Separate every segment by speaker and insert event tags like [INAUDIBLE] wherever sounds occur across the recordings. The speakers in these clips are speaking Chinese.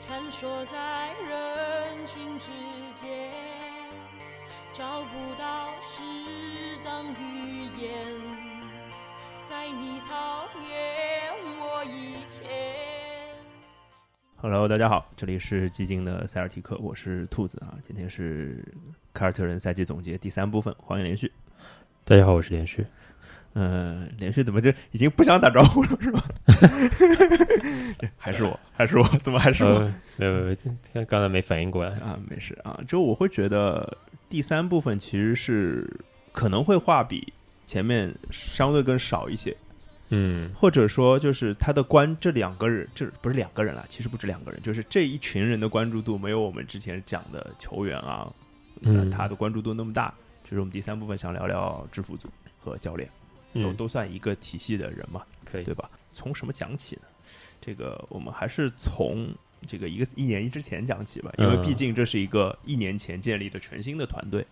Speaker 1: 穿梭在人群之间，找不到适当语言，在你讨厌我以前。
Speaker 2: Hello，大家好，这里是寂静的塞尔提克，我是兔子啊。今天是凯尔特人赛季总结第三部分，欢迎连续。
Speaker 3: 大家好，我是连续。
Speaker 2: 嗯，连续怎么就已经不想打招呼了是吧？ [LAUGHS] 还是我，还是我，怎么还是我、
Speaker 3: 呃，没有没有，没有刚才没反应过来。
Speaker 2: 啊？没事啊，就我会觉得第三部分其实是可能会话比前面相对更少一些，
Speaker 3: 嗯
Speaker 2: 或者说就是他的关这两个人，这不是两个人啦，其实不止两个人，就是这一群人的关注度没有我们之前讲的球员啊，
Speaker 3: 嗯
Speaker 2: 他的关注度那么大。就是我们第三部分想聊聊制服组和教练，都
Speaker 3: 嗯，
Speaker 2: 都算一个体系的人嘛，
Speaker 3: 可以
Speaker 2: 对。吧？从什么讲起呢？这个我们还是从这个一个一年之前讲起吧，因为
Speaker 3: 嗯
Speaker 2: 毕竟这是一个一年前建立的全新的团队。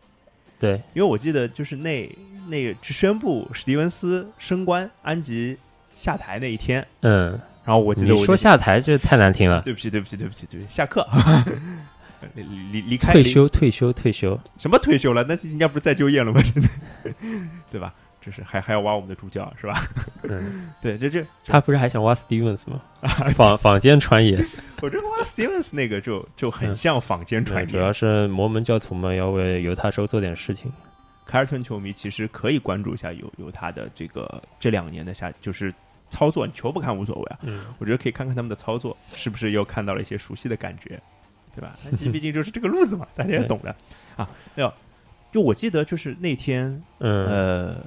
Speaker 3: 对，
Speaker 2: 因为我记得就是那那去宣布史蒂文斯升官、安吉下台那一天，
Speaker 3: 嗯，
Speaker 2: 然后我记
Speaker 3: 你
Speaker 2: 得我
Speaker 3: 说
Speaker 2: 就
Speaker 3: 下台这太难听了。
Speaker 2: 对不起，对不起，对不起，对不起，下
Speaker 3: [LAUGHS]
Speaker 2: 课，离离离开
Speaker 3: 退休，退休，退休。
Speaker 2: 离什么退休了？那人家不是再就业了吗？ [LAUGHS] 现在对吧？这是还还要挖我们的助教是吧？ [LAUGHS]
Speaker 3: 嗯，
Speaker 2: 对，这这
Speaker 3: 他不是还想挖 Stevens
Speaker 2: [LAUGHS]
Speaker 3: 吗？坊坊间传言，
Speaker 2: 我这挖
Speaker 3: [LAUGHS]
Speaker 2: Stevens 那个就就很
Speaker 3: 嗯
Speaker 2: 像坊间传
Speaker 3: 嗯主
Speaker 2: 言。
Speaker 3: 要是摩门教徒们要为犹他州做点事情。
Speaker 2: 凯尔特人球迷其实可以关注一下有有他的这个这两年的下就是操作，你球不看无所谓啊，
Speaker 3: 嗯，
Speaker 2: 我觉得可以看看他们的操作，是不是又看到了一些熟悉的感觉，对吧？那毕竟就是这个路子嘛，大家也懂的啊。没有，就我记得就是那天
Speaker 3: 嗯
Speaker 2: 呃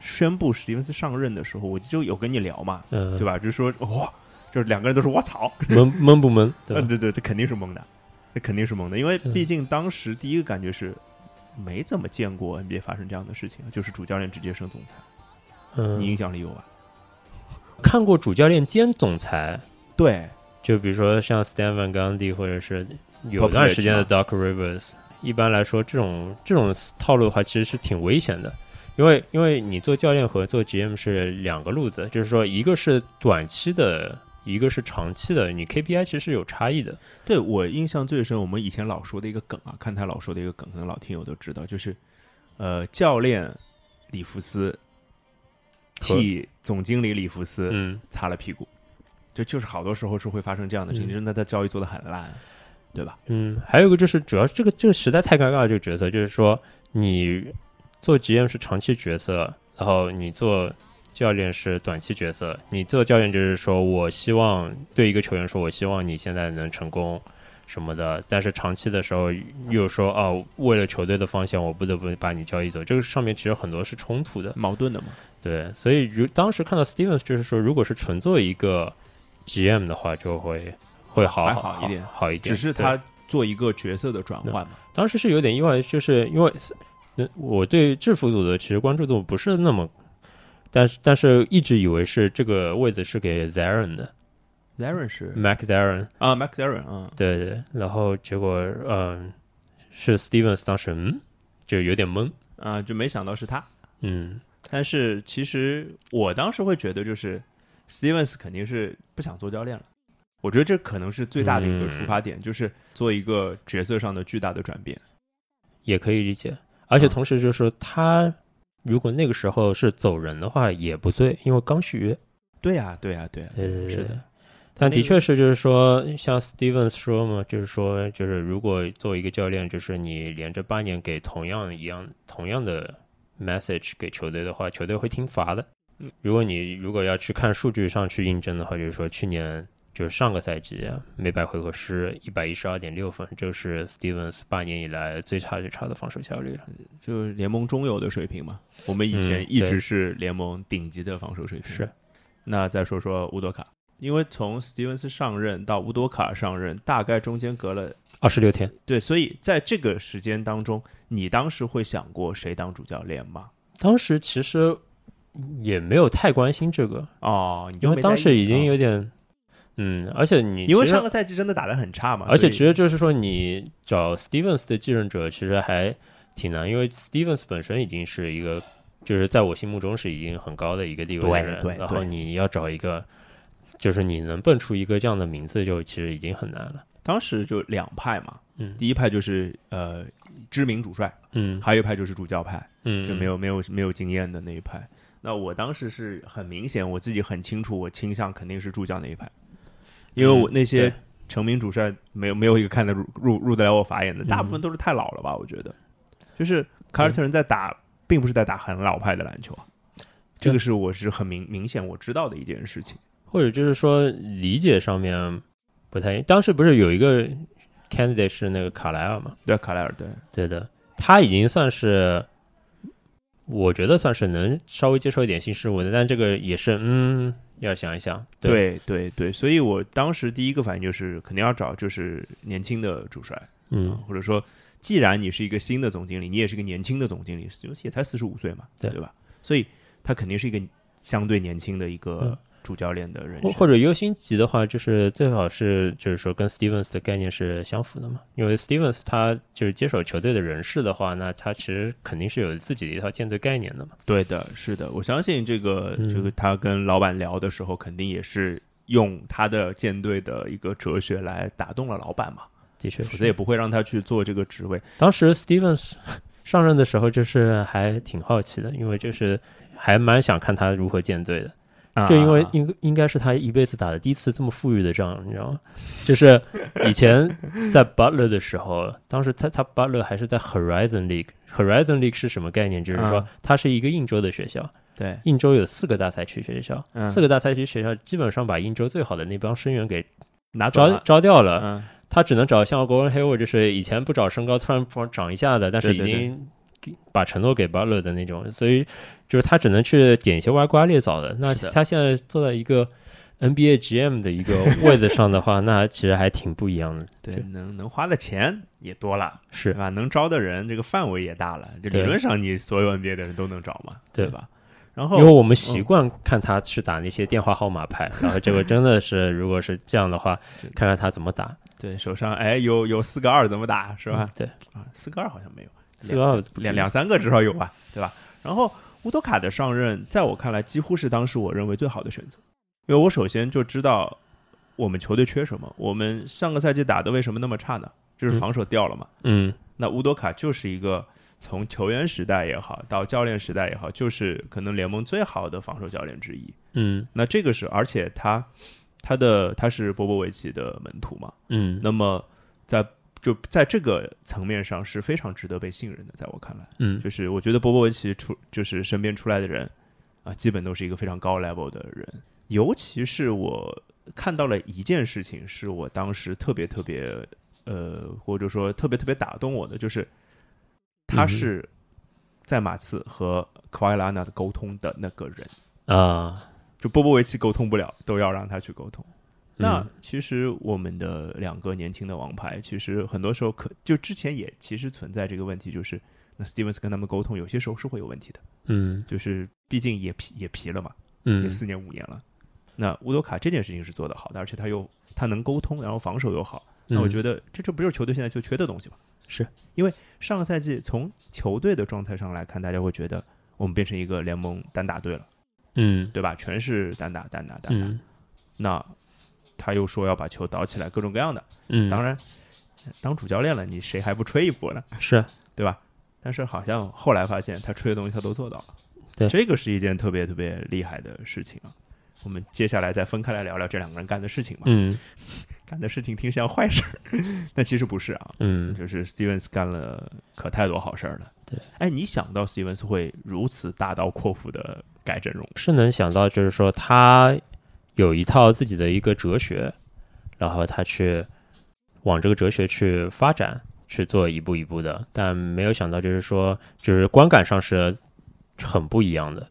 Speaker 2: 宣布史蒂文斯上任的时候，我就有跟你聊嘛，
Speaker 3: 嗯，
Speaker 2: 对
Speaker 3: 吧？
Speaker 2: 吧？就是说哇，就是两个人都是我操，
Speaker 3: 闷闷不闷？对
Speaker 2: 嗯，[LAUGHS]
Speaker 3: 吧？
Speaker 2: 对对，这肯定是懵的，这肯定是懵的，因为
Speaker 3: 嗯
Speaker 2: 毕竟当时第一个感觉是。没怎么见过 NBA 发生这样的事情，就是主教练直接升总裁，你
Speaker 3: 嗯，
Speaker 2: 影响力有吧？
Speaker 3: 看过主教练兼总裁，
Speaker 2: 对，
Speaker 3: 就比如说像 Stan Van Gundy 或者是有
Speaker 2: Popovich
Speaker 3: 段时间的 Doc Rivers，一般来说这种这种套路的话其实是挺危险的，因为因为你做教练和做 GM 是两个路子，就是说一个是短期的，一个是长期的，你 KPI 其实是有差异的。
Speaker 2: 对我印象最深，我们以前老说的一个梗啊，看台老说的一个梗，可能老听友都知道，就是呃，教练里弗斯
Speaker 3: 和
Speaker 2: 替总经理里弗斯
Speaker 3: 嗯，
Speaker 2: 擦了屁股，就就是好多时候是会发生这样的事情，
Speaker 3: 嗯
Speaker 2: 就是那他交易做的很烂，对吧？
Speaker 3: 嗯，还有一个就是，主要这个这个实在太尴尬了，这个角色就是说，你做 GM 是长期角色，然后你做教练是短期角色。你做教练就是说我希望对一个球员说，我希望你现在能成功什么的，但是长期的时候又说啊，为了球队的方向，我不得不把你交易走。这个上面其实很多是冲突的。
Speaker 2: 矛盾的嘛，
Speaker 3: 对，所以如当时看到 Stevens，就是说，如果是纯做一个 GM 的话，就会会好
Speaker 2: 还好
Speaker 3: 好
Speaker 2: 一点
Speaker 3: 好一点。
Speaker 2: 只是
Speaker 3: 对
Speaker 2: 他做一个角色的转换嘛。
Speaker 3: 当时是有点意外，就是因为呃我对制服组的其实关注度不是那么，但是但是一直以为是这个位置是给 Zarin 的
Speaker 2: Zarin 是
Speaker 3: ，Mac Zarin，
Speaker 2: 啊，Max Zarin 啊，
Speaker 3: 对对对，然后结果嗯、是 Stevens 当时嗯就有点懵，
Speaker 2: 啊，就没想到是他。
Speaker 3: 嗯
Speaker 2: 但是其实我当时会觉得，就是 Stevens 肯定是不想做教练了。我觉得这可能是最大的
Speaker 3: 嗯
Speaker 2: 一个出发点，就是做一个角色上的巨大的转变。
Speaker 3: 也可以理解，而且
Speaker 2: 嗯
Speaker 3: 同时就是说他如果那个时候是走人的话也不对，因为刚续约，
Speaker 2: 对呀、对呀、对呀、
Speaker 3: 对对对
Speaker 2: 是的。
Speaker 3: 但
Speaker 2: 那个
Speaker 3: 的确是，就是说，像 Stevens 说嘛，就是说，就是如果作为一个教练，就是你连着八年给同样一样同样的 message 给球队的话，球队会听罚的
Speaker 2: 嗯。
Speaker 3: 如果你如果要去看数据上去印证的话，就是说去年就是上个赛季啊，每百回合是一百一十二点六分，这是 Stevens 八年以来最差最差的防守效率
Speaker 2: 嗯
Speaker 3: 了。
Speaker 2: 就是联盟中游的水平嘛。我们以前
Speaker 3: 嗯
Speaker 2: 一直
Speaker 3: 对
Speaker 2: 是联盟顶级的防守水平。
Speaker 3: 是，
Speaker 2: 那再说说乌多卡，因为从 Stevens 上任到乌多卡上任，大概中间隔了
Speaker 3: 二十六天，
Speaker 2: 对，所以在这个时间当中，你当时会想过谁当主教练吗？
Speaker 3: 当时其实也没有太关心这个，
Speaker 2: 哦，你就
Speaker 3: 因为
Speaker 2: 没
Speaker 3: 当
Speaker 2: 在
Speaker 3: 时
Speaker 2: 意
Speaker 3: 已经
Speaker 2: 哦
Speaker 3: 有点，嗯，而且你
Speaker 2: 因为
Speaker 3: 其实
Speaker 2: 上个赛季真的打得很差嘛，
Speaker 3: 而且
Speaker 2: 所以
Speaker 3: 其实就是说，你找 Stevens 的继任者其实还挺难，因为 Stevens 本身已经是一个，就是在我心目中是已经很高的一个地位的
Speaker 2: 对
Speaker 3: 人，
Speaker 2: 对
Speaker 3: 然后
Speaker 2: 对
Speaker 3: 你要找一个就是你能蹦出一个这样的名字，就其实已经很难了。
Speaker 2: 当时就两派嘛，
Speaker 3: 嗯
Speaker 2: 第一派就是呃知名主帅，
Speaker 3: 嗯
Speaker 2: 还有一派就是主教派，
Speaker 3: 嗯，
Speaker 2: 就没有没有没有经验的那一派。那我当时是很明显，我自己很清楚，我倾向肯定是助教那一派，因为我那
Speaker 3: 嗯
Speaker 2: 些
Speaker 3: 对
Speaker 2: 成名主帅没有没有一个看得入入入得了我法眼的，
Speaker 3: 嗯
Speaker 2: 大部分都是太老了吧？我觉得，就是凯尔特人在打，并不是在打很老派的篮球啊，这个是我是很明明显我知道的一件事情。
Speaker 3: 或者就是说理解上面不太。当时不是有一个 candidate 是那个卡莱尔嘛？
Speaker 2: 对，卡莱尔，对，
Speaker 3: 对的，他已经算是，我觉得算是能稍微接受一点新事物的，但这个也是嗯，要想一想。对，
Speaker 2: 对对对，所以我当时第一个反应就是肯定要找就是年轻的主帅，
Speaker 3: 嗯，
Speaker 2: 或者说，既然你是一个新的总经理，你也是个年轻的总经理，也才四十五岁嘛，
Speaker 3: 对
Speaker 2: 吧？所以他肯定是一个相对年轻的一个
Speaker 3: 嗯
Speaker 2: 主教练的人
Speaker 3: 或
Speaker 2: 选，
Speaker 3: 或者优星级的话，就是最好是就是说跟 Stevens 的概念是相符的嘛，因为 Stevens 他就是接手球队的人事的话，那他其实肯定是有自己的一套舰队概念的嘛。
Speaker 2: 对的，是的，我相信这个
Speaker 3: 嗯
Speaker 2: 这个他跟老板聊的时候，肯定也是用他的舰队的一个哲学来打动了老板嘛，
Speaker 3: 的确
Speaker 2: 否则也
Speaker 3: 是，
Speaker 2: 不会让他去做这个职位。
Speaker 3: 当时 Stevens 上任的时候，就是还挺好奇的，因为就是还蛮想看他如何建队的。就因为
Speaker 2: 啊
Speaker 3: 应应该是他一辈子打的第一次这么富裕的仗，你知道吗？ [LAUGHS] 就是以前在 Butler 的时候，当时他他 Butler 还是在 Horizon League。Horizon League 是什么概念？就是说
Speaker 2: 嗯
Speaker 3: 它是一个印州的学校，
Speaker 2: 对
Speaker 3: 印州有四个大赛区学校，
Speaker 2: 嗯
Speaker 3: 四个大赛区学校基本上把印州最好的那帮生源给
Speaker 2: 拿走
Speaker 3: 招
Speaker 2: 了，
Speaker 3: 招掉了，
Speaker 2: 嗯，
Speaker 3: 他只能找像 Gordon Hayward，就是以前不找身高，突然长一下的，但是
Speaker 2: 对
Speaker 3: 已
Speaker 2: 对对
Speaker 3: 经给把承诺给 Butler 的那种，所以就是他只能去捡一些歪瓜裂枣的。那
Speaker 2: 是的
Speaker 3: 他现在坐在一个 NBA GM 的一个位子上的话，那其实还挺不一样
Speaker 2: [LAUGHS]
Speaker 3: 的。
Speaker 2: 对，
Speaker 3: 对
Speaker 2: 能能花的钱也多了。对
Speaker 3: 是
Speaker 2: 吧？能招的人这个范围也大了，这理
Speaker 3: 对
Speaker 2: 论上你所有 NBA 的人都能招嘛，
Speaker 3: 对
Speaker 2: 吧？然
Speaker 3: 因为
Speaker 2: 后
Speaker 3: 我们习惯看他去打那些电话号码牌，
Speaker 2: 嗯
Speaker 3: 然后结果真的是，如果是这样的话
Speaker 2: 对，
Speaker 3: 看看他怎么打，
Speaker 2: 对手上哎有有四个二怎么打是吧
Speaker 3: 嗯？？对，
Speaker 2: 啊，四个二好像没有，
Speaker 3: 四个二
Speaker 2: 两两三个至少有吧，对吧？然后乌多卡的上任，在我看来几乎是当时我认为最好的选择，因为我首先就知道我们球队缺什么，我们上个赛季打的为什么那么差呢？就是
Speaker 3: 嗯
Speaker 2: 防守掉了嘛。
Speaker 3: 嗯
Speaker 2: 那乌多卡就是一个从球员时代也好，到教练时代也好，就是可能联盟最好的防守教练之一。
Speaker 3: 嗯
Speaker 2: 那这个是，而且他他的他是波波维奇的门徒嘛，
Speaker 3: 嗯
Speaker 2: 那么在就在这个层面上是非常值得被信任的，在我看来，
Speaker 3: 嗯
Speaker 2: 就是我觉得波波维奇出就是身边出来的人啊，基本都是一个非常高 level 的人，尤其是我看到了一件事情，是我当时特别特别呃，或者说特别特别打动我的，就是他
Speaker 3: 嗯哼
Speaker 2: 是在马刺和科埃拉纳的沟通的那个人。
Speaker 3: 啊，
Speaker 2: 就波波维奇沟通不了，都要让他去沟通。那
Speaker 3: 嗯
Speaker 2: 其实我们的两个年轻的王牌，其实很多时候可就之前也其实存在这个问题，就是那 Stevens 跟他们沟通，有些时候是会有问题的，
Speaker 3: 嗯
Speaker 2: 就是毕竟也皮也皮了嘛，也
Speaker 3: 嗯
Speaker 2: 四年五年了。那乌多卡这件事情是做得好的，而且他又他能沟通，然后防守又好，那我
Speaker 3: 嗯
Speaker 2: 觉得这这不就是球队现在就缺的东西吗？
Speaker 3: 是
Speaker 2: 因为上个赛季从球队的状态上来看，大家会觉得我们变成一个联盟单打队了，
Speaker 3: 嗯
Speaker 2: 对吧？全是单打单打单打。
Speaker 3: 嗯
Speaker 2: 那他又说要把球倒起来，各种各样的。
Speaker 3: 嗯，
Speaker 2: 当然，当主教练了，你谁还不吹一波呢？
Speaker 3: 是啊
Speaker 2: 对吧？但是好像后来发现，他吹的东西他都做到了。
Speaker 3: 对
Speaker 2: 这个是一件特别特别厉害的事情啊。我们接下来再分开来聊聊这两个人干的事情吧。
Speaker 3: 嗯
Speaker 2: 干的事情听像坏事儿， [LAUGHS] 但其实不是啊。
Speaker 3: 嗯
Speaker 2: 就是 Stevens 干了可太多好事儿了。
Speaker 3: 对，
Speaker 2: 哎，你想到 Stevens 会如此大刀阔斧的改阵容？
Speaker 3: 是能想到，就是说他有一套自己的一个哲学，然后他去往这个哲学去发展，去做一步一步的，但没有想到就是说，就是观感上是很不一样的。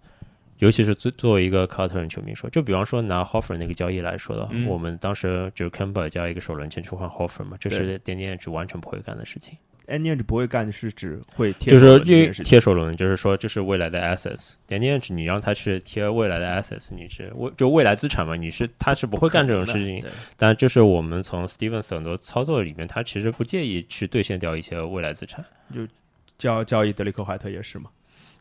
Speaker 3: 尤其是作作为一个卡特人球迷说，就比方说拿 Hoffer 那个交易来说的话，
Speaker 2: 嗯
Speaker 3: 我们当时就是 Kemba 加一个首轮签去换 Hoffer 嘛，这
Speaker 2: 对
Speaker 3: 是点点只完全不会干的事情，
Speaker 2: a n d 不会干的是指会贴
Speaker 3: 就
Speaker 2: 手
Speaker 3: 是
Speaker 2: 的这
Speaker 3: 因为
Speaker 2: 件事情
Speaker 3: 贴首轮，就是说这是未来的 assets，点点只你让他去贴未来的 assets，你是未就未来资产嘛，你是他是不会干这种事情
Speaker 2: 对。
Speaker 3: 但就是我们从 Stevens 很多操作里面，他其实不介意去兑现掉一些未来资产，
Speaker 2: 交交易德里克怀特也是嘛？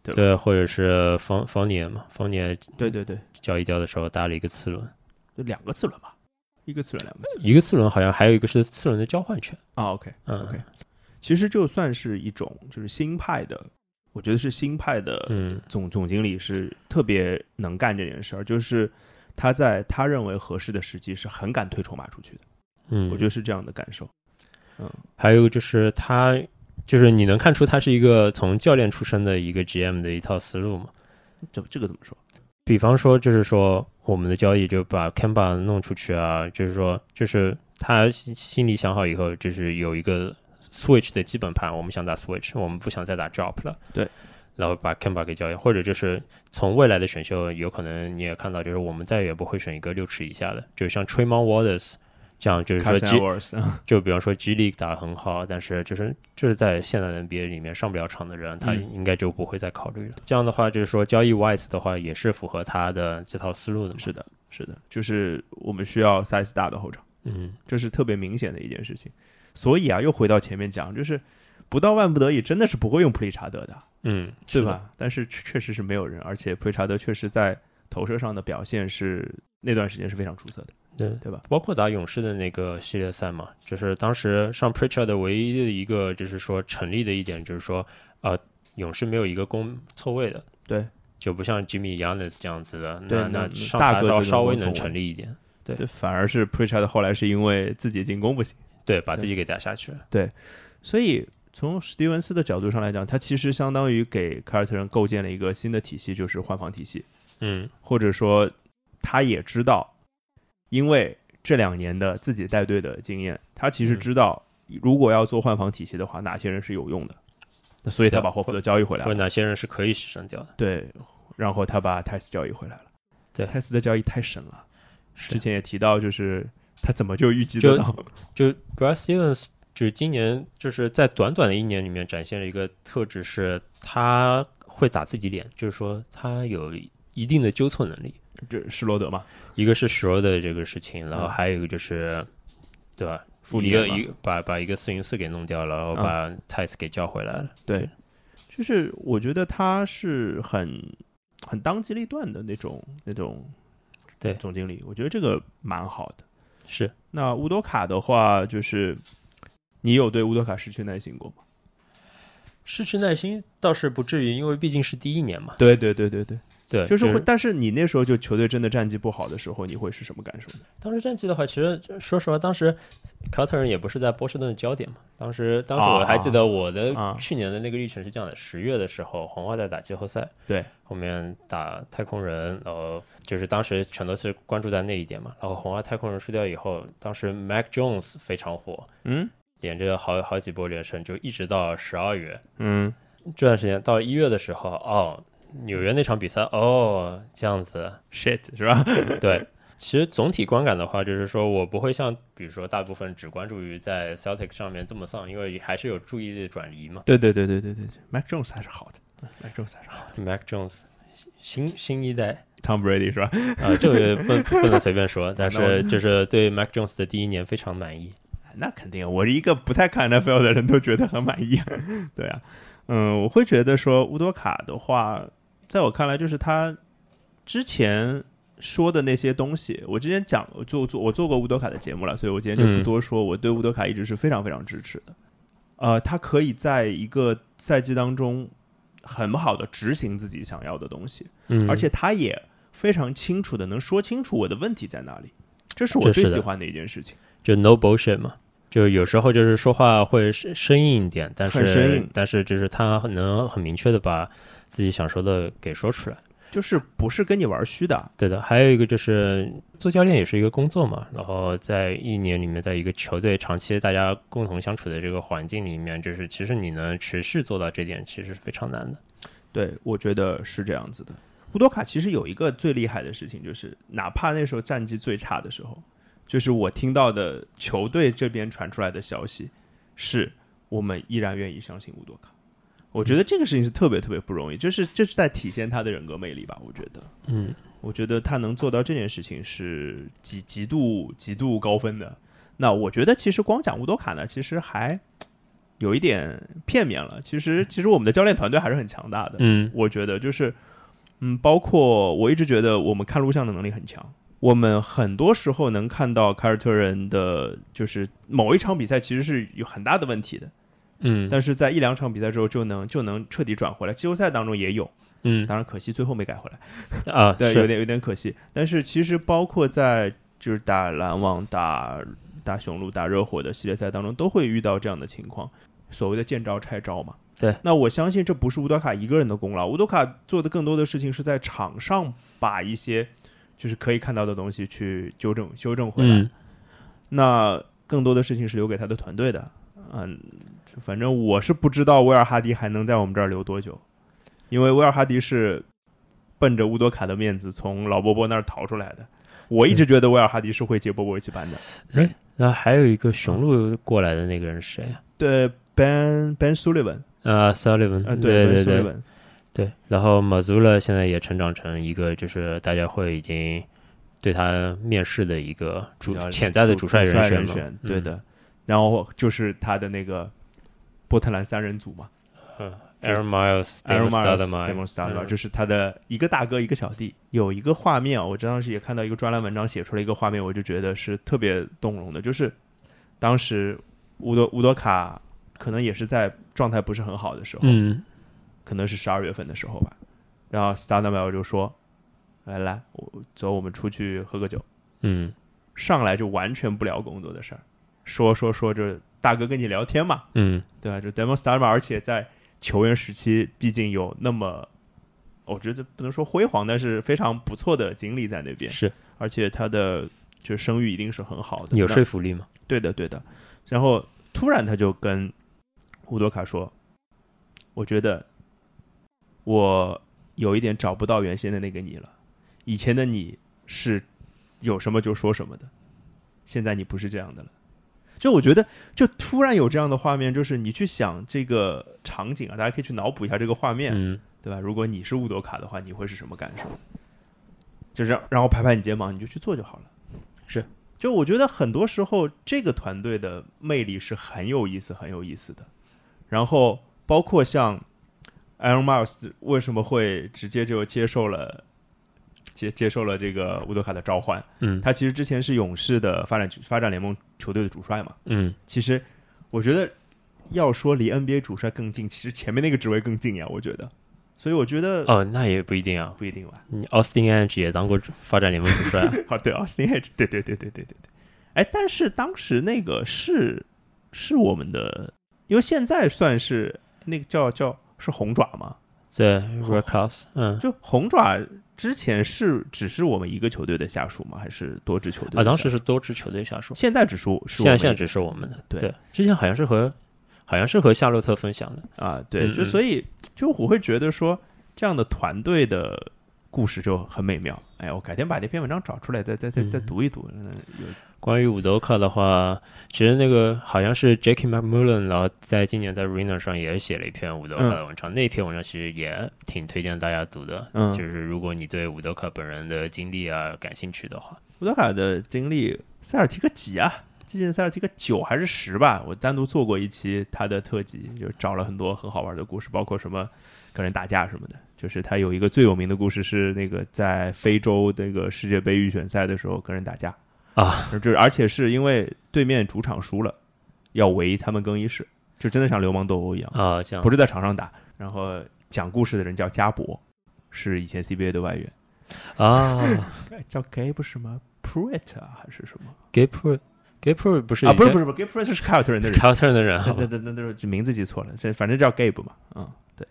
Speaker 2: 对
Speaker 3: 对，或者是方方年嘛，方年
Speaker 2: 对对对
Speaker 3: 交易掉的时候搭了一个次轮，
Speaker 2: 就两个次轮吧，一个次轮两个次轮
Speaker 3: 一个次轮好像还有一个是次轮的交换权，
Speaker 2: 啊，OK。
Speaker 3: 嗯
Speaker 2: OK 其实就算是一种就是新派的，我觉得是新派的
Speaker 3: 嗯
Speaker 2: 总、总经理是特别能干这件事儿，就是他在他认为合适的时机是很敢推筹码出去的，
Speaker 3: 嗯，
Speaker 2: 我觉得是这样的感受。嗯
Speaker 3: 还有就是他，就是你能看出他是一个从教练出身的一个 GM 的一套思路嘛？
Speaker 2: 这这个怎么说？
Speaker 3: 比方说，就是说我们的交易就把 Kemba 弄出去啊，就是说，就是他心心里想好以后，就是有一个 Switch 的基本盘，我们想打 Switch，我们不想再打 Drop 了。
Speaker 2: 对。
Speaker 3: 然后把 Kemba 给交易，或者就是从未来的选秀，有可能你也看到，就是我们再也不会选一个六尺以下的，就像 Tremont Waters 这样，就是
Speaker 2: 卡
Speaker 3: 说
Speaker 2: 森
Speaker 3: G-
Speaker 2: 沃斯，
Speaker 3: 就比方说 G League 打得很好，但是就是就是在现在的 NBA 里面上不了场的人，他
Speaker 2: 嗯
Speaker 3: 应该就不会再考虑了。这样的话，就是说交易 Wise 的话，也是符合他的这套思路的嘛。
Speaker 2: 是的，是的，就是我们需要 size 大的后场，
Speaker 3: 嗯，
Speaker 2: 这是特别明显的一件事情。所以啊，又回到前面讲，就是不到万不得已，真的是不会用普利查德的。
Speaker 3: 嗯，
Speaker 2: 对
Speaker 3: 是的？
Speaker 2: 吧？但是确确实是没有人，而且普利查德确实在投射上的表现是那段时间是非常出色的。
Speaker 3: 对
Speaker 2: 对吧？
Speaker 3: 包括打勇士的那个系列赛嘛，就是当时上 Preacher 的唯一的一个就是说成立的一点就是说，呃，勇士没有一个攻错位的，
Speaker 2: 对，
Speaker 3: 就不像 Jimmy Yanis 这样子的，
Speaker 2: 对
Speaker 3: 那
Speaker 2: 那
Speaker 3: 那上
Speaker 2: 大
Speaker 3: 台
Speaker 2: 个子
Speaker 3: 倒
Speaker 2: 的
Speaker 3: 稍微
Speaker 2: 攻错
Speaker 3: 能
Speaker 2: 位
Speaker 3: 成立一点，对
Speaker 2: 这反而是普利查德后来是因为自己进攻不行，
Speaker 3: 对，把
Speaker 2: 对
Speaker 3: 自己给打下去了。
Speaker 2: 所以从史蒂文斯的角度上来讲，他其实相当于给凯尔特人构建了一个新的体系，就是换防体系，
Speaker 3: 嗯，
Speaker 2: 或者说他也知道，因为这两年的自己带队的经验，他其实
Speaker 3: 嗯
Speaker 2: 知道如果要做换防体系的话，哪些人是有用的，那所以他
Speaker 3: 对
Speaker 2: 把霍福德交易回来
Speaker 3: 或
Speaker 2: 了
Speaker 3: 者。哪些人是可以牺牲掉的？
Speaker 2: 对，然后他把泰斯交易回来了。
Speaker 3: 对
Speaker 2: 泰斯的交易太神了。
Speaker 3: 是
Speaker 2: 之前也提到，就是他怎么就预计得
Speaker 3: 就
Speaker 2: 到？
Speaker 3: 就 Brad Stevens 就是今年就是在短短的一年里面展现了一个特质，是他会打自己脸，就是说他有一定的纠错能力。
Speaker 2: [LAUGHS] 这施罗德嘛，
Speaker 3: 一个是时候的这个事情，然后
Speaker 2: 嗯
Speaker 3: 还有一个就是，对吧？
Speaker 2: 傅
Speaker 3: 一
Speaker 2: 里
Speaker 3: 个
Speaker 2: 叶嘛嗯
Speaker 3: 一个把把一个四零四给弄掉了，然后把泰斯给叫回来了。
Speaker 2: 对，就是我觉得他是很很当机立断的那种那种
Speaker 3: 对
Speaker 2: 总经理，我觉得这个蛮好的。
Speaker 3: 是
Speaker 2: 那乌多卡的话，就是你有对乌多卡失去耐心过吗？
Speaker 3: 失去耐心倒是不至于，因为毕竟是第一年嘛。
Speaker 2: 对对对对对，
Speaker 3: 对，
Speaker 2: 就是会。但是你那时候就球队真的战绩不好的时候，你会是什么感受呢？
Speaker 3: 当时战绩的话，其实说实话，当时凯尔特人也不是在波士顿的焦点嘛。当时，当时我还记得我的
Speaker 2: 啊啊啊
Speaker 3: 去年的那个历程是这样的：十月的时候，红袜在打季后赛，
Speaker 2: 对，
Speaker 3: 后面打太空人，然后就是当时全都是关注在那一点嘛。然后红袜太空人输掉以后，当时 Mac Jones 非常火，
Speaker 2: 嗯
Speaker 3: 连着好好几波连胜，就一直到十二月
Speaker 2: 嗯，
Speaker 3: 这段时间，到一月的时候，哦，纽约那场比赛，哦，这样子，
Speaker 2: shit 是吧？
Speaker 3: 对，其实总体观感的话，就是说我不会像比如说大部分只关注于在 Celtic 上面这么丧，因为还是有注意力的转移嘛。
Speaker 2: 对对对对对对对，Mac Jones 还是好的嗯，Mac Jones 还是好的
Speaker 3: Mac Jones 新新一代
Speaker 2: ，Tom Brady 是吧？
Speaker 3: 啊、这个不不能随便说，但
Speaker 2: 那我
Speaker 3: 是就是对 Mac Jones 的第一年非常满意。
Speaker 2: 那肯定，我是一个不太看 NFL 的人都觉得很满意。对啊， [LAUGHS] 嗯，我会觉得说乌多卡的话，在我看来就是他之前说的那些东西，我之前讲我做做我做过乌多卡的节目了，所以我今天就不
Speaker 3: 嗯
Speaker 2: 多说。我对乌多卡一直是非常非常支持的。呃，他可以在一个赛季当中很好的执行自己想要的东西，
Speaker 3: 嗯
Speaker 2: 而且他也非常清楚的能说清楚我的问题在哪里，这是我
Speaker 3: 这
Speaker 2: 最
Speaker 3: 是的
Speaker 2: 喜欢的一件事情。
Speaker 3: 就 no bullshit 嘛，就有时候就是说话会生生硬一点，但
Speaker 2: 很生
Speaker 3: 是
Speaker 2: 硬
Speaker 3: 但是就是他能很明确的把自己想说的给说出来。
Speaker 2: 就是不是跟你玩虚的，
Speaker 3: 对的，还有一个就是做教练也是一个工作嘛，然后在一年里面，在一个球队长期大家共同相处的这个环境里面，就是其实你能持续做到这点，其实是非常难的。
Speaker 2: 对我觉得是这样子的。乌多卡其实有一个最厉害的事情，就是哪怕那时候战绩最差的时候，就是我听到的球队这边传出来的消息，是我们依然愿意相信乌多卡。我觉得这个事情是特别特别不容易，就是这是在体现他的人格魅力吧。我觉得，
Speaker 3: 嗯，
Speaker 2: 我觉得他能做到这件事情是极极度极度高分的。那我觉得其实光讲乌多卡呢，其实还有一点片面了。其实其实我们的教练团队还是很强大的，
Speaker 3: 嗯，
Speaker 2: 我觉得就是，嗯，包括我一直觉得我们看录像的能力很强，我们很多时候能看到凯尔特人的，就是某一场比赛其实是有很大的问题的，
Speaker 3: 嗯，
Speaker 2: 但是在一两场比赛之后就能就能彻底转回来。季后赛当中也有，
Speaker 3: 嗯
Speaker 2: 当然可惜最后没改回来，
Speaker 3: 啊，
Speaker 2: 对，
Speaker 3: 是
Speaker 2: 有点有点可惜。但是其实包括在就是打篮网、打打雄鹿、打热火的系列赛当中，都会遇到这样的情况，所谓的见招拆招嘛。
Speaker 3: 对，
Speaker 2: 那我相信这不是乌多卡一个人的功劳，乌多卡做的更多的事情是在场上把一些就是可以看到的东西去纠正修正回来。
Speaker 3: 嗯
Speaker 2: 那更多的事情是留给他的团队的。嗯，反正我是不知道威尔哈迪还能在我们这儿留多久，因为威尔哈迪是奔着乌多卡的面子从老波波那儿逃出来的。我
Speaker 3: 嗯
Speaker 2: 一直觉得威尔哈迪是会接波波维奇班的。
Speaker 3: 然后还有一个
Speaker 2: 嗯
Speaker 3: 雄鹿过来的那个人是谁啊？
Speaker 2: 对，Ben Ben Sullivan，
Speaker 3: 啊，Sullivan，
Speaker 2: 呃，
Speaker 3: 对
Speaker 2: ，Ben
Speaker 3: 对对
Speaker 2: Sullivan，
Speaker 3: 对，然后 Mazula 现在也成长成一个，就是大家会已经对他面试的一个主
Speaker 2: 比较
Speaker 3: 潜在的主帅
Speaker 2: 主帅
Speaker 3: 选
Speaker 2: 人
Speaker 3: 嘛，
Speaker 2: 选，
Speaker 3: 嗯
Speaker 2: 对，的。然后就是他的那个波特兰三人组嘛
Speaker 3: 嗯，Aaron Miles、
Speaker 2: ，Aaron
Speaker 3: Damon
Speaker 2: Myers、
Speaker 3: Stoudemire，
Speaker 2: Damon s t a r
Speaker 3: 嗯
Speaker 2: 这是他的一个大哥一个小弟。有一个画面，我当时也看到一个专栏文章写出了一个画面，我就觉得是特别动容的，就是当时乌多乌多卡可能也是在状态不是很好的时候，
Speaker 3: 嗯
Speaker 2: 可能是十二月份的时候吧。然后 s t a r d e m i l 就说：“来来，我走，我们出去喝个酒。”
Speaker 3: 嗯
Speaker 2: 上来就完全不聊工作的事儿，说说说这大哥跟你聊天嘛，
Speaker 3: 嗯
Speaker 2: 对吧？啊就 Demo Star 嘛，而且在球员时期，毕竟有那么，我觉得不能说辉煌，但是非常不错的经历在那边，
Speaker 3: 是
Speaker 2: 而且他的就声誉一定是很好的，
Speaker 3: 有
Speaker 2: 那
Speaker 3: 说服力嘛？
Speaker 2: 对的，对的。然后突然他就跟乌多卡说：“我觉得我有一点找不到原先的那个你了。以前的你是有什么就说什么的，现在你不是这样的了。”就我觉得，就突然有这样的画面，就是你去想这个场景啊，大家可以去脑补一下这个画面，
Speaker 3: 嗯，
Speaker 2: 对吧？如果你是乌多卡的话，你会是什么感受？就是然后拍拍你肩膀，你就去做就好了。
Speaker 3: 是，
Speaker 2: 就我觉得很多时候这个团队的魅力是很有意思、很有意思的。然后包括像 Aaron Miles 为什么会直接就接受了接接受了这个乌多卡的召唤？
Speaker 3: 嗯
Speaker 2: 他其实之前是勇士的发展发展联盟球队的主帅嘛。
Speaker 3: 嗯
Speaker 2: 其实我觉得要说离 NBA 主帅更近，其实前面那个职位更近呀，我觉得。所以我觉得
Speaker 3: 哦，那也不一定啊。
Speaker 2: 不一定吧。
Speaker 3: 你 Austin Edge 也当过发展联盟主
Speaker 2: [LAUGHS]
Speaker 3: 帅啊，
Speaker 2: 啊，对，Austin Edge，对对对对对对对。哎，但是当时那个是是我们的，因为现在算是那个叫叫是红爪嘛，
Speaker 3: 对 Red Class，嗯
Speaker 2: 就红爪之前是只是我们一个球队的下属吗？还是多支球队的下属？
Speaker 3: 啊，当时是多支球队下属，
Speaker 2: 现在只属是
Speaker 3: 现
Speaker 2: 我
Speaker 3: 在
Speaker 2: 们
Speaker 3: 现在只是我们的，
Speaker 2: 对
Speaker 3: 对，之前好像是和好像是和夏洛特分享的，
Speaker 2: 啊，对，
Speaker 3: 嗯
Speaker 2: 就
Speaker 3: 嗯
Speaker 2: 所以就我会觉得说，这样的团队的故事就很美妙。哎，我改天把这篇文章找出来，再再再再
Speaker 3: 嗯
Speaker 2: 读一读。嗯有
Speaker 3: 关于伍德克的话，其实那个好像是 Jackie McMullen，然后在今年在 Reno 上也写了一篇伍德克的文章，那篇文章其实也挺推荐大家读的。
Speaker 2: 嗯
Speaker 3: 就是如果你对伍德克本人的经历啊感兴趣的话，
Speaker 2: 乌德卡的经历，塞尔提克几啊？最近塞尔提克九还是十吧？我单独做过一期他的特辑，就找了很多很好玩的故事，包括什么跟人打架什么的。就是他有一个最有名的故事是那个在非洲那个世界杯预选赛的时候跟人打架
Speaker 3: 啊，
Speaker 2: 就是而且是因为对面主场输了，要围他们更衣室，就真的像流氓斗殴一样，
Speaker 3: 啊，这样
Speaker 2: 不是在场上打。然后讲故事的人叫加博，是以前 CBA 的外援，
Speaker 3: 啊
Speaker 2: 哎叫 Gay 不是吗？Pruitt 啊还是什么？
Speaker 3: g a p r g a p r 不是
Speaker 2: 啊，不是不
Speaker 3: 是
Speaker 2: 是不是，Gabe Price 是凯尔特人的人，
Speaker 3: 凯尔特人的人，
Speaker 2: 对
Speaker 3: 好吧
Speaker 2: 对对对对，这名字记错了，这反正叫 Gabe 嘛，嗯，对。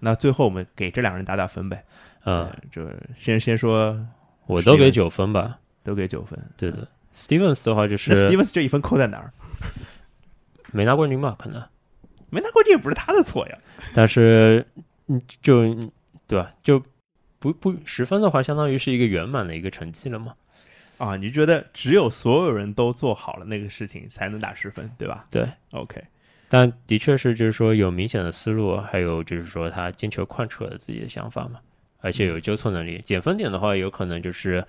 Speaker 2: 那最后我们给这两人打打分呗，
Speaker 3: 嗯，
Speaker 2: 对，就先先说
Speaker 3: 我都给
Speaker 2: Stevens
Speaker 3: 九分吧，
Speaker 2: 都给九分，
Speaker 3: 对的。Stevens 的话就
Speaker 2: 那
Speaker 3: 是
Speaker 2: Stevens 这一分扣在哪儿？
Speaker 3: 没拿冠军吧，可能。
Speaker 2: 没拿过这也不是他的错呀，
Speaker 3: 但是，嗯，就对吧？就不不十分的话，相当于是一个圆满的一个成绩了嘛。
Speaker 2: 啊，你觉得只有所有人都做好了那个事情才能打十分，对吧
Speaker 3: 对，
Speaker 2: ？OK，
Speaker 3: 但的确是就是说有明显的思路，还有就是说他坚决贯彻了自己的想法嘛，而且有纠错能力。减分点的话，有可能就是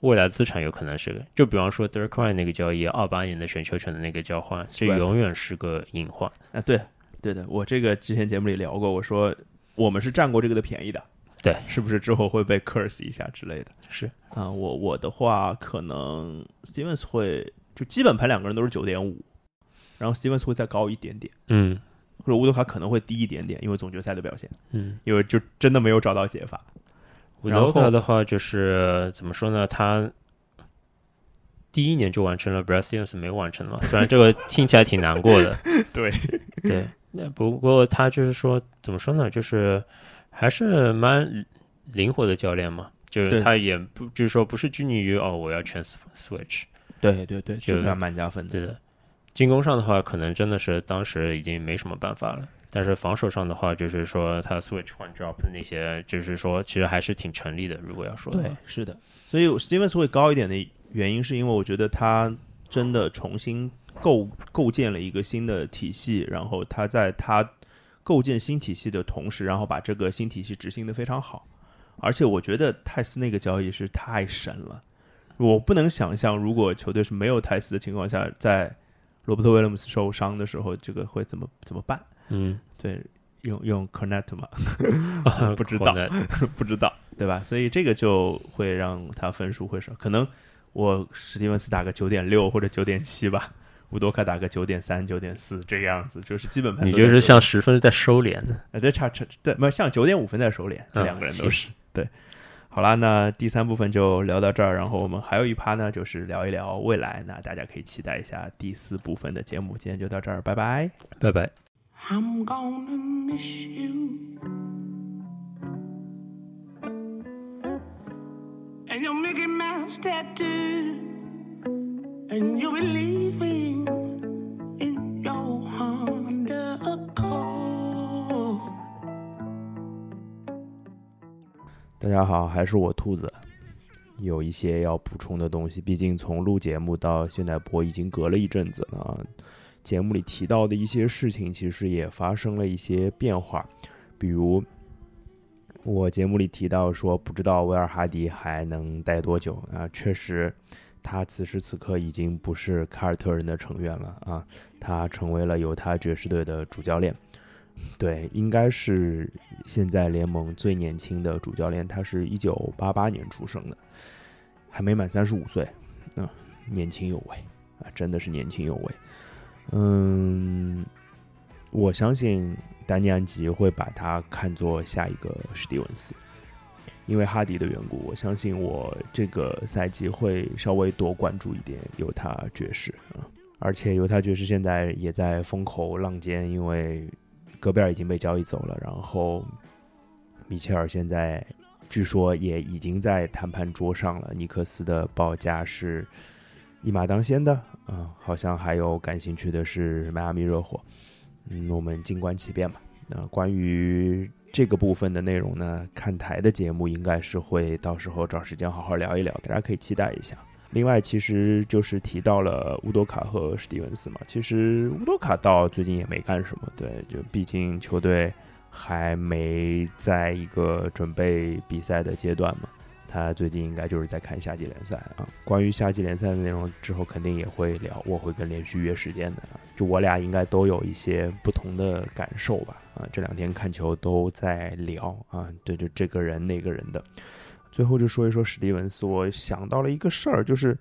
Speaker 3: 未来资产有可能是，就比方说 d e r k r y 那个交易，二八年的选秀权的那个交换，这
Speaker 2: Swap
Speaker 3: 永远是个隐患。
Speaker 2: 啊，对对的，我这个之前节目里聊过，我说我们是占过这个的便宜的，
Speaker 3: 对，
Speaker 2: 是不是之后会被 curse 一下之类的？
Speaker 3: 是
Speaker 2: 啊、我我的话可能 Stevens 会就基本盘两个人都是九点五，然后 Stevens 会再高一点点，
Speaker 3: 嗯
Speaker 2: 或者乌德卡可能会低一点点，因为总决赛的表现，
Speaker 3: 嗯，
Speaker 2: 因为就真的没有找到解法。
Speaker 3: 伍
Speaker 2: 然
Speaker 3: 德
Speaker 2: 后
Speaker 3: 克的话就是怎么说呢？他第一年就完成了 b r a s t i a n s 没完成了，虽然这个听起来挺难过的。
Speaker 2: [LAUGHS] 对
Speaker 3: 对，那不过他就是说怎么说呢？就是还是蛮灵活的教练嘛，就
Speaker 2: 对
Speaker 3: 是他也不就是说不是拘泥于哦我要全 s- switch，
Speaker 2: 对对对，
Speaker 3: 就
Speaker 2: 这个蛮加分的。
Speaker 3: 对的。进攻上的话，可能真的是当时已经没什么办法了。但是防守上的话，就是说他 switch 换 drop 那些，就是说其实还是挺成立的。如果要说的话
Speaker 2: 对，，是的。所以 Stevens 会高一点的原因，是因为我觉得他真的重新构构建了一个新的体系，然后他在他构建新体系的同时，然后把这个新体系执行的非常好。而且我觉得泰斯那个交易是太神了，我不能想象如果球队是没有泰斯的情况下，在罗伯特威廉姆斯受伤的时候，这个会怎么怎么办？
Speaker 3: 嗯，
Speaker 2: [LAUGHS] 对，用用 Connect 嘛，不
Speaker 3: 不 [LAUGHS]
Speaker 2: 知道 [LAUGHS] 不知道，对吧？所以这个就会让他分数会少，可能我史蒂文斯打个九点六或者九点七吧，乌多卡打个九点三、九点四这个样子，就是基本盘
Speaker 3: 你
Speaker 2: 都在
Speaker 3: 就是
Speaker 2: 9
Speaker 3: 像十分在收敛的，嗯
Speaker 2: 呃，对，差差对，没有像九点五分在手里，这两个人都
Speaker 3: 行
Speaker 2: 是、对。好啦，那第三部分就聊到这儿，然后我们还有一趴呢，就是聊一聊未来，那大家可以期待一下第四部分的节目。今天就到这儿，拜拜。
Speaker 3: 拜拜。
Speaker 4: I'm gonna miss you. And your Mickey Mouse tattoo. And you'll be leaving in your Honda Accord.
Speaker 2: 大家好，还是我兔子。有一些要补充的东西，毕竟从录节目到现在播已经隔了一阵子了啊。节目里提到的一些事情，其实也发生了一些变化，比如我节目里提到说，不知道威尔哈迪还能待多久啊。确实，他此时此刻已经不是凯尔特人的成员了啊，他成为了犹他爵士队的主教练。对，应该是现在联盟最年轻的主教练，他是一九八八年出生的，还没满三十五岁，嗯，年轻有为啊，真的是年轻有为。嗯，我相信丹尼安吉会把他看作下一个史蒂文斯，因为哈迪的缘故，我相信我这个赛季会稍微多关注一点犹他爵士啊。而且犹他爵士现在也在风口浪尖，因为戈贝尔已经被交易走了，然后米切尔现在据说也已经在谈判桌上了。尼克斯的报价是一马当先的，嗯、好像还有感兴趣的是迈阿密热火，嗯，我们静观其变吧。那、关于这个部分的内容呢，看台的节目应该是会到时候找时间好好聊一聊，大家可以期待一下。另外，其实就是提到了乌多卡和史蒂文斯嘛。其实乌多卡到最近也没干什么，对，就毕竟球队还没在一个准备比赛的阶段嘛。他最近应该就是在看夏季联赛啊。关于夏季联赛的内容，之后肯定也会聊，我会跟连续约时间的啊。就我俩应该都有一些不同的感受吧啊。这两天看球都在聊啊，对，就这个人那个人的。最后就说一说史蒂文斯，我想到了一个事儿，就是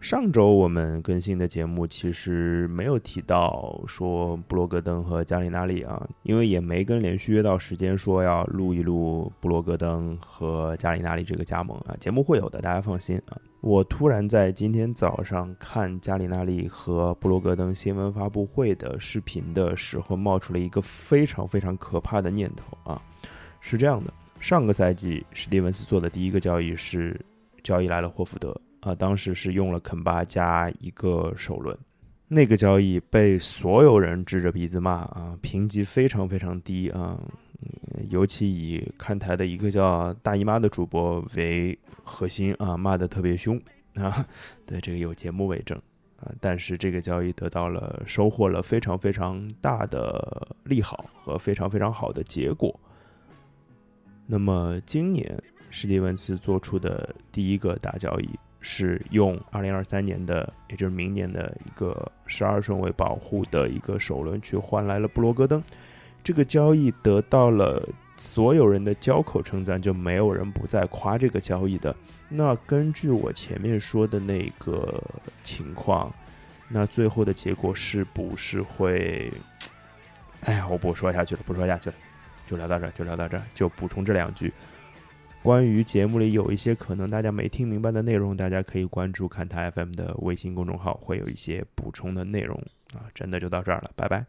Speaker 2: 上周我们更新的节目其实没有提到说布罗格登和加里纳利啊，因为也没跟连续约到时间说要录一录布罗格登和加里纳利这个加盟啊，节目会有的，大家放心啊。我突然在今天早上看加里纳利和布罗格登新闻发布会的视频的时候，冒出了一个非常非常可怕的念头啊，是这样的。上个赛季史蒂文斯做的第一个交易是交易来了霍福德啊、当时是用了肯巴加一个首轮，那个交易被所有人指着鼻子骂啊，评级非常非常低啊、嗯尤其以看台的一个叫大姨妈的主播为核心啊，骂得特别凶啊，对这个有节目为证。啊，但是这个交易得到了收获了非常非常大的利好和非常非常好的结果，那么今年史蒂文斯做出的第一个大交易是用2023年的，也就是明年的一个十二顺位保护的一个首轮去换来了布罗格登。这个交易得到了所有人的交口称赞，就没有人不再夸这个交易的。那根据我前面说的那个情况，那最后的结果是不是会？哎呀，我不说下去了，不说下去了，就聊到这儿，就聊到这儿，就补充这两句。关于节目里有一些可能大家没听明白的内容，大家可以关注看台 FM 的微信公众号，会有一些补充的内容啊。真的就到这儿了，拜拜。